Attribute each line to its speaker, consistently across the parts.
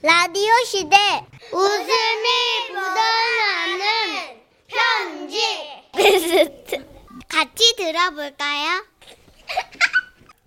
Speaker 1: 라디오 시대 웃음이 묻어나는 편지 같이 들어볼까요?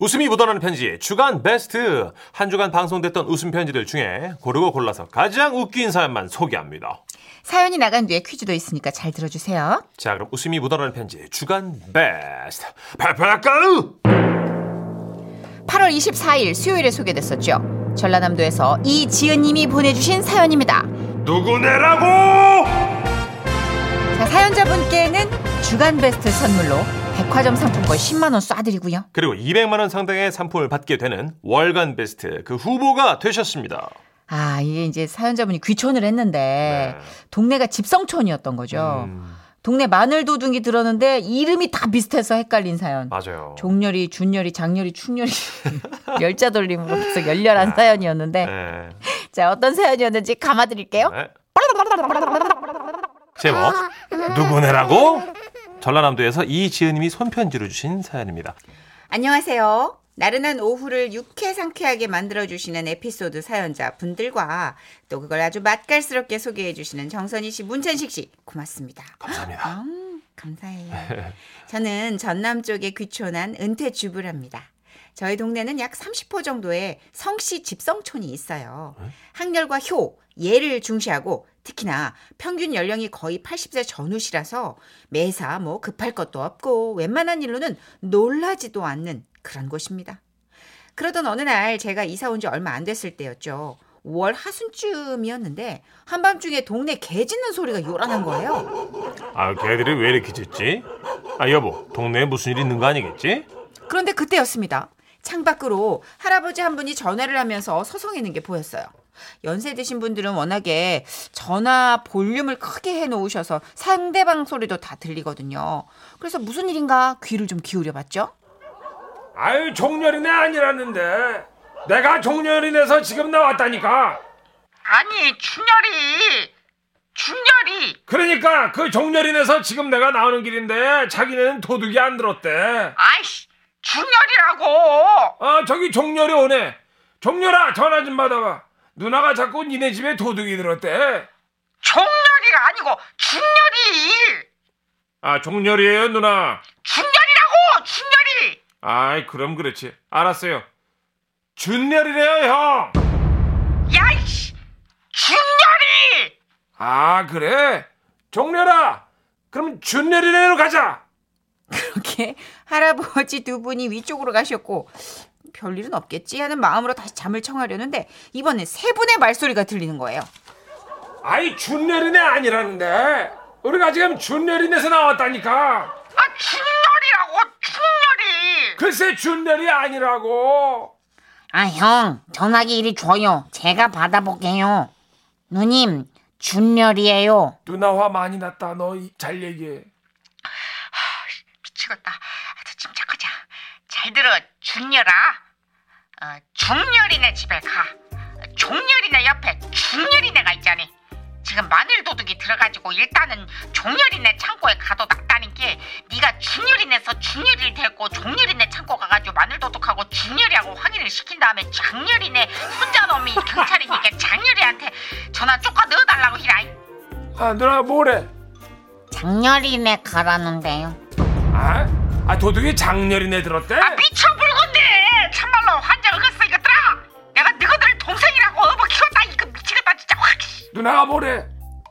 Speaker 2: 웃음이 묻어나는 편지 주간 베스트 한 주간 방송됐던 웃음 편지들 중에 고르고 골라서 가장 웃긴 사연만 소개합니다.
Speaker 3: 사연이 나간 뒤에 퀴즈도 있으니까 잘 들어주세요.
Speaker 2: 자 그럼 웃음이 묻어나는 편지 주간 베스트 팔팔가루
Speaker 3: 8월 24일 수요일에 소개됐었죠. 전라남도에서 이지은님이 보내주신 사연입니다.
Speaker 2: 누구네라고
Speaker 3: 자, 사연자분께는 주간 베스트 선물로 백화점 상품권 10만 원 쏴드리고요.
Speaker 2: 그리고 200만 원 상당의 상품을 받게 되는 월간 베스트 그 후보가 되셨습니다.
Speaker 3: 아 이게 이제 사연자분이 귀촌을 했는데
Speaker 2: 네.
Speaker 3: 동네가 집성촌이었던 거죠.
Speaker 2: 음,
Speaker 3: 동네 마늘 도둑이 들었는데 이름이 다 비슷해서 헷갈린 사연.
Speaker 2: 맞아요.
Speaker 3: 종렬이, 준렬이, 장렬이, 충렬이 열자 돌림으로 계속 열렬한 사연이었는데
Speaker 2: 네.
Speaker 3: 자 어떤 사연이었는지 감아드릴게요.
Speaker 2: 네. 제목 누구네라고 전라남도에서 이지은님이 손편지로 주신 사연입니다.
Speaker 4: 안녕하세요. 나른한 오후를 유쾌 상쾌하게 만들어주시는 에피소드 사연자 분들과 또 그걸 아주 맛깔스럽게 소개해주시는 정선희 씨, 문천식 씨, 고맙습니다.
Speaker 2: 감사합니다.
Speaker 4: 음, 감사해요. 저는 전남 쪽에 귀촌한 은퇴 주부랍니다. 저희 동네는 약 30호 정도의 성씨 집성촌이 있어요. 학렬과 효, 예를 중시하고 특히나 평균 연령이 거의 80세 전후시라서 매사 뭐 급할 것도 없고 웬만한 일로는 놀라지도 않는 그런 곳입니다. 그러던 어느 날 제가 이사 온 지 얼마 안 됐을 때였죠. 5월 하순쯤이었는데 한밤중에 동네 개 짖는 소리가 요란한 거예요.
Speaker 2: 아, 걔들이 왜 이렇게 짖지? 아, 여보, 동네에 무슨 일 있는 거 아니겠지?
Speaker 4: 그런데 그때였습니다. 창밖으로 할아버지 한 분이 전화를 하면서 서성이는 게 보였어요. 연세 드신 분들은 워낙에 전화 볼륨을 크게 해 놓으셔서 상대방 소리도 다 들리거든요. 그래서 무슨 일인가 귀를 좀 기울여 봤죠.
Speaker 5: 아유 종렬이네 아니라는데 내가 종렬이네서 지금 나왔다니까
Speaker 6: 아니 준열이 준열이
Speaker 5: 그러니까 그 종렬이네서 지금 내가 나오는 길인데 자기네는 도둑이 안 들었대
Speaker 6: 아이씨 준열이라고
Speaker 5: 아 저기 종렬이 오네 종렬아 전화 좀 받아봐 누나가 자꾸 니네 집에 도둑이 들었대
Speaker 6: 종열이가 아니고 준열이
Speaker 5: 아 종렬이에요 누나
Speaker 6: 준열이라고 준열이
Speaker 5: 아이 그럼 그렇지 알았어요 준렬이래요 형
Speaker 6: 야이씨 준열이
Speaker 5: 아 그래 종렬아 그럼 준렬이네로 가자
Speaker 4: 이렇게 할아버지 두 분이 위쪽으로 가셨고 별일은 없겠지 하는 마음으로 다시 잠을 청하려는데 이번엔 세 분의 말소리가 들리는 거예요.
Speaker 5: 아이 준열이네 아니라는데 우리가 지금 준열이네서 나왔다니까
Speaker 6: 아 준열이라고 준열이
Speaker 5: 글쎄 준열이 아니라고
Speaker 7: 아, 형, 전화기 이리 줘요. 제가 받아볼게요. 누님, 준열이에요.
Speaker 5: 누나 화 많이 났다 너 잘 얘기해
Speaker 6: 미치겠다 아주 침착하자 잘 들어 준열아 어, 중열이네 집에 가 어, 종열이네 옆에 중열이네가 있잖니 지금 마늘 도둑이 들어가지고 일단은 종열이네 창고에 가둬놨다는 게 네가 중열이네서 중열이를 데리고 종열이네 창고 가가지고 마늘 도둑하고 중열이하고 확인을 시킨 다음에 장열이네 손자놈이 경찰이니까 장열이한테 전화 쪼까 넣어달라고 히라이
Speaker 5: 아 누나 뭐래
Speaker 7: 장렬이네 가라는데요.
Speaker 5: 아? 아 도둑이 장열이네 들었대?
Speaker 6: 아 미쳐 불건데 참말로 환장을 했어 이것들아 내가 너희들 동생이라고 업어 키웠다 이거 미치겠다 진짜 확
Speaker 5: 누나가 뭐래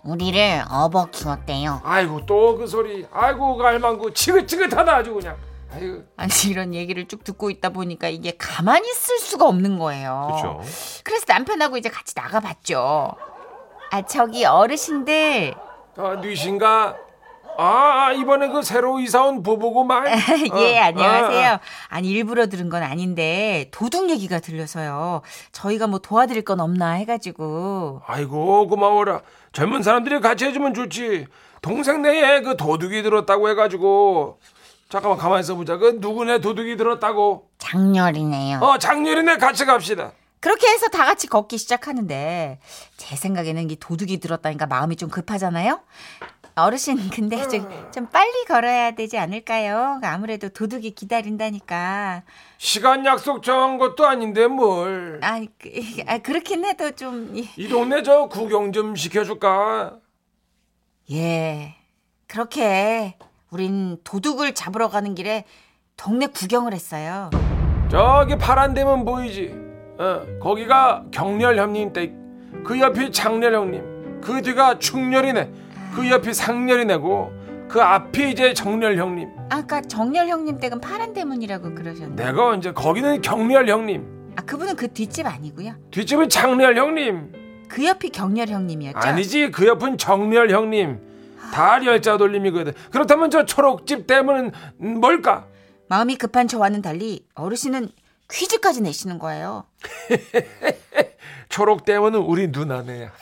Speaker 7: 우리를 업어 키웠대요.
Speaker 5: 아이고 또 그 소리 아이고 갈망구 지긋지긋하다 아주 그냥 아이고
Speaker 4: 아니 이런 얘기를 쭉 듣고 있다 보니까 이게 가만히 있을 수가 없는 거예요.
Speaker 2: 그렇죠.
Speaker 4: 그래서 남편하고 이제 같이 나가봤죠. 아 저기 어르신들
Speaker 5: 아 뉘신가? 아 아, 이번에 그 새로 이사온 부부구만
Speaker 4: 예
Speaker 5: 어,
Speaker 4: 안녕하세요.
Speaker 5: 어, 어.
Speaker 4: 아니 일부러 들은 건 아닌데 도둑 얘기가 들려서요. 저희가 뭐 도와드릴 건 없나 해가지고
Speaker 5: 아이고 고마워라 젊은 사람들이 같이 해주면 좋지 동생 내에 그 도둑이 들었다고 해가지고 잠깐만 가만히 있어보자 그 누구네 도둑이 들었다고
Speaker 7: 장렬이네요.
Speaker 5: 어 장렬이네 같이 갑시다
Speaker 4: 그렇게 해서 다 같이 걷기 시작하는데 제 생각에는 이 도둑이 들었다니까 마음이 좀 급하잖아요. 어르신 근데 좀, 좀 빨리 걸어야 되지 않을까요? 아무래도 도둑이 기다린다니까.
Speaker 5: 시간 약속 정한 것도 아닌데 뭘.
Speaker 4: 아, 그, 아 그렇긴 해도 좀 예.
Speaker 5: 이 동네 저 구경 좀 시켜줄까?
Speaker 4: 예. 그렇게 우린 도둑을 잡으러 가는 길에 동네 구경을 했어요.
Speaker 5: 저기 파란 데면 보이지? 어, 거기가 경렬 형님 댁. 그 옆이 장렬 형님. 그 뒤가 충렬이네. 그 옆이 상렬이네고. 그 앞이 이제 정렬 형님.
Speaker 4: 아까 정렬 형님 댁은 파란 대문이라고 그러셨는데.
Speaker 5: 내가 언제 거기는 경렬 형님.
Speaker 4: 아, 그분은 그 뒷집 아니고요.
Speaker 5: 뒷집은 장렬 형님.
Speaker 4: 그 옆이 경렬 형님이었죠.
Speaker 5: 아니지 그 옆은 정렬 형님. 다 열자 돌림이거든. 그렇다면 저 초록집 대문은 뭘까?
Speaker 4: 마음이 급한 저와는 달리 어르신은 퀴즈까지 내시는 거예요.
Speaker 5: 초록 대문은 우리 누나네.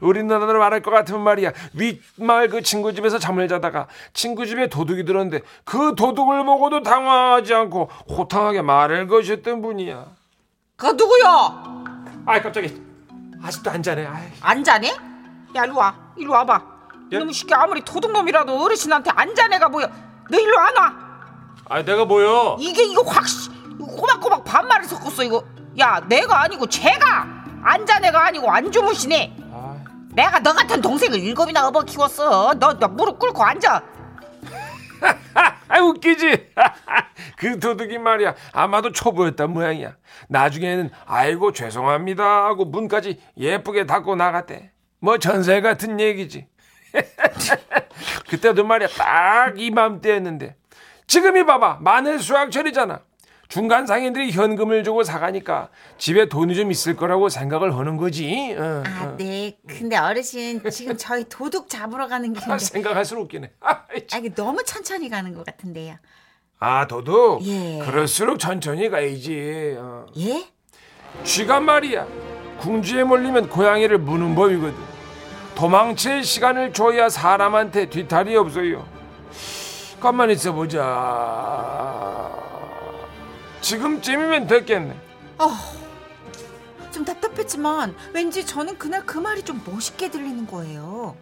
Speaker 5: 우리 누나로 말할 것 같으면 말이야. 윗마을 그 친구 집에서 잠을 자다가 친구 집에 도둑이 들었는데 그 도둑을 보고도 당황하지 않고 호탕하게 말을 거셨던 분이야.
Speaker 4: 그 누구요?
Speaker 5: 아이 갑자기 아직도 안 자네. 아이.
Speaker 4: 안 자네? 야, 일로 와. 일로 와봐.
Speaker 5: 예?
Speaker 4: 이놈 쉽게 아무리 도둑놈이라도 어르신한테 안 자네가 뭐야. 너 일로 안 와.
Speaker 5: 아이, 내가 뭐요?
Speaker 4: 이게 이거 확 씨, 이거 꼬박꼬박 반말을 섞었어 이거. 야, 내가 아니고 제가 안 자네가 아니고 안 주무시네.
Speaker 5: 아이,
Speaker 4: 내가 너 같은 동생을 일곱이나 업어 키웠어. 너, 너 무릎 꿇고 앉아.
Speaker 5: 아 웃기지. 그 도둑이 말이야. 아마도 초보였던 모양이야. 나중에는 아이고 죄송합니다 하고 문까지 예쁘게 닫고 나갔대. 뭐 전설 같은 얘기지. 그때도 말이야 딱 이맘때였는데 지금이 봐봐 마늘 수확철이잖아. 중간 상인들이 현금을 주고 사가니까 집에 돈이 좀 있을 거라고 생각을 하는 거지. 어. 응, 응.
Speaker 4: 네. 근데 어르신 지금 저희 도둑 잡으러 가는
Speaker 5: 아, 생각할수록 웃기네. 아이, 참.
Speaker 4: 이게 너무 천천히 가는 것 같은데요.
Speaker 5: 아 도둑.
Speaker 4: 예.
Speaker 5: 그럴수록 천천히 가야지. 어.
Speaker 4: 예?
Speaker 5: 쥐가 말이야 궁지에 몰리면 고양이를 무는 법이거든 도망칠 시간을 줘야 사람한테 뒤탈이 없어요 가만 있어보자 지금쯤이면 됐겠네
Speaker 4: 좀 답답했지만 왠지 저는 그날 그 말이 좀 멋있게 들리는 거예요.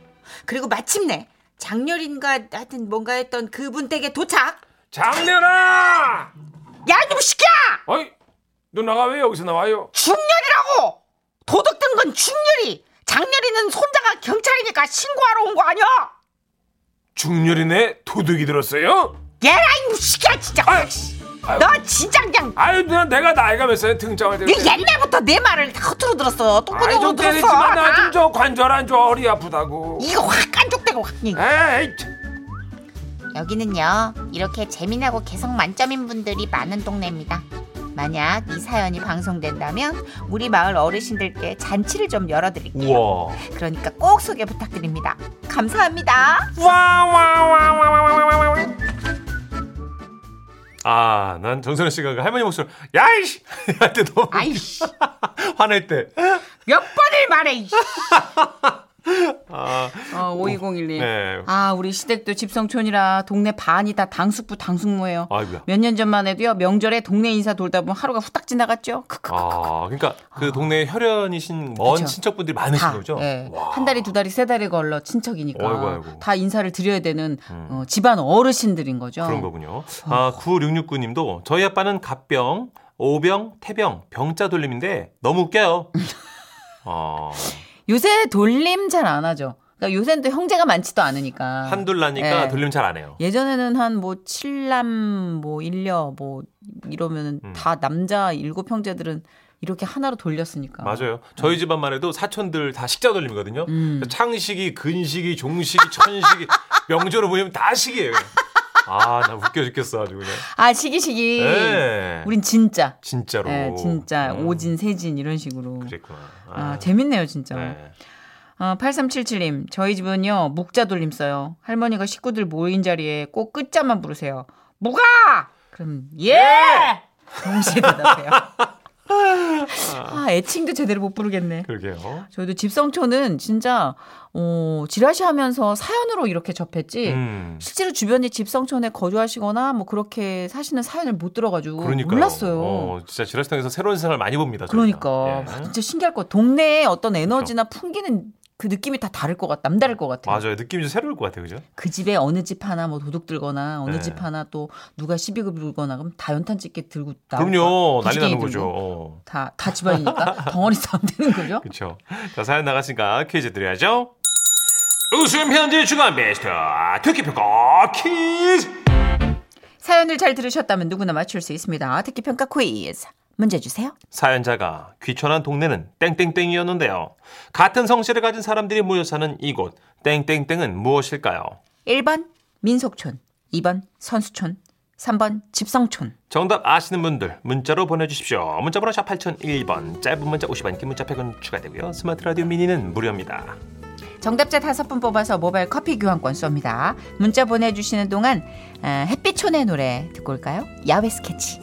Speaker 4: 그리고 마침내 장렬인가 하여튼 뭔가 했던 그분 댁에 도착.
Speaker 5: 장렬아
Speaker 4: 야, 이놈 시키야!
Speaker 5: 어이 누나가 왜 여기서 나와요
Speaker 6: 중렬이라고! 도둑 든 건 중렬이! 장렬이는 손자가 경찰이니까 신고하러 온 거 아니야!
Speaker 5: 중렬이네 도둑이 들었어요
Speaker 6: 얘라 이 무식이야 진짜!
Speaker 5: 아유,
Speaker 6: 너 진짜 그냥
Speaker 5: 아유 누나 내가 나이가 몇 살에 등장할 때
Speaker 6: 네 옛날부터 내 말을 다 허투루 들었어
Speaker 5: 아이
Speaker 6: 똑부러로
Speaker 5: 좀 때리지
Speaker 6: 들었어 나.
Speaker 5: 마나좀저 관절 안 좋아 허리 아프다고
Speaker 6: 이거 확 깐족대고 확 그냥.
Speaker 5: 에이 참.
Speaker 7: 여기는요, 이렇게 재미나고 개성 만점인 분들이 많은 동네입니다. 만약 이 사연이 방송된다면 우리 마을 어르신들께 잔치를 좀 열어드릴게요.
Speaker 2: 우와.
Speaker 7: 그러니까 꼭 소개 부탁드립니다. 감사합니다.
Speaker 5: 와와와와와와와와
Speaker 2: 아, 난 정선우 씨가 그 할머니 목소리, 야이씨! 할 때 너무.
Speaker 6: 아이씨
Speaker 2: 화낼 때.
Speaker 6: 몇 번을 말해 이씨.
Speaker 2: 아,
Speaker 8: 어, 5201님.
Speaker 2: 네.
Speaker 8: 아, 우리 시댁도 집성촌이라 동네 반이 다 당숙부 당숙모예요.
Speaker 2: 아이고야.
Speaker 8: 몇 년 전만 해도요, 명절에 동네 인사 돌다 보면 하루가 후딱 지나갔죠. 크크.
Speaker 2: 아, 그러니까 그 동네에 혈연이신 먼
Speaker 8: 그쵸.
Speaker 2: 친척분들이 많으신
Speaker 8: 다.
Speaker 2: 거죠?
Speaker 8: 예.
Speaker 2: 와.
Speaker 8: 한 달이 두 달이 세 달이 걸러 친척이니까
Speaker 2: 아이고, 아이고.
Speaker 8: 다 인사를 드려야 되는 어, 집안 어르신들인 어. 거죠.
Speaker 2: 음. 그런 거군요. 아, 9669님도 저희 아빠는 갑병, 오병, 태병, 병자 돌림인데 너무 웃겨요. 어,
Speaker 8: 요새 돌림 잘 안 하죠. 그러니까 요새는 또 형제가 많지도 않으니까.
Speaker 2: 한둘 나니까
Speaker 8: 예.
Speaker 2: 돌림 잘 안 해요.
Speaker 8: 예전에는 한 뭐 칠남 뭐 일녀 뭐 이러면은
Speaker 2: 음.
Speaker 8: 다 남자 일곱 형제들은 이렇게 하나로 돌렸으니까.
Speaker 2: 맞아요.
Speaker 8: 음.
Speaker 2: 저희 집안만 해도 사촌들 다 식자 돌림이거든요. 그러니까 창식이, 근식이, 종식이, 천식이, 명절을 보면 다 식이에요. 아, 나 웃겨 죽겠어 아주 그냥.
Speaker 8: 아 시기 시기.
Speaker 2: 예.
Speaker 8: 우린 진짜.
Speaker 2: 진짜로.
Speaker 8: 예, 진짜
Speaker 2: 음,
Speaker 8: 오진 세진 이런 식으로.
Speaker 2: 그랬구나.
Speaker 8: 아, 재밌네요 진짜.
Speaker 2: 네.
Speaker 8: 아, 8377님 저희 집은요 목자 돌림 써요. 할머니가 식구들 모인 자리에 꼭 끝자만 부르세요. 뭐가? 그럼 예. 동시에 대답해요. 아 애칭도 제대로 못 부르겠네.
Speaker 2: 그러게요.
Speaker 8: 저희도 집성촌은 진짜 어, 지라시하면서 사연으로 이렇게 접했지.
Speaker 2: 음.
Speaker 8: 실제로 주변에 집성촌에 거주하시거나 뭐 그렇게 사시는 사연을 못 들어가지고
Speaker 2: 그러니까요.
Speaker 8: 몰랐어요.
Speaker 2: 어, 진짜 지라시당에서 새로운 세상을 많이 봅니다. 저희가.
Speaker 8: 그러니까
Speaker 2: 예.
Speaker 8: 와, 진짜 신기할 거. 동네에 어떤 에너지나 풍기는 그 느낌이 다 다를 것 같, 남다를 것 같아요.
Speaker 2: 맞아요. 느낌이 좀 새로울 것 같아요. 그죠?
Speaker 8: 그 집에 어느 집 하나 뭐 도둑 들거나 어느
Speaker 2: 네.
Speaker 8: 집 하나 또 누가 시비급 들거나 그럼 다 연탄 집게 들고 나.
Speaker 2: 그럼요. 난리 나는 거죠. 어.
Speaker 8: 다, 다 집안이니까 덩어리 싸움 되는 거죠.
Speaker 2: 그렇죠. 자, 사연 나갔으니까 퀴즈 드려야죠. 웃음 현지 주간 베스트 특기평가 퀴즈
Speaker 8: 사연을 잘 들으셨다면 누구나 맞출 수 있습니다. 특히 평가 퀴즈. 문제 주세요.
Speaker 2: 사연자가 귀천한 동네는 땡땡땡이었는데요. 같은 성씨를 가진 사람들이 모여 사는 이곳 땡땡땡은 무엇일까요?
Speaker 8: 1번 민속촌, 2번 선수촌, 3번 집성촌.
Speaker 2: 정답 아시는 분들 문자로 보내주십시오. 문자번호 샵 8001번 짧은 문자 50원 긴 문자 100원 추가되고요. 스마트 라디오 미니는 무료입니다.
Speaker 8: 정답자 5분 뽑아서 모바일 커피 교환권 쏩니다. 문자 보내주시는 동안 아, 햇빛촌의 노래 듣고 올까요? 야외 스케치.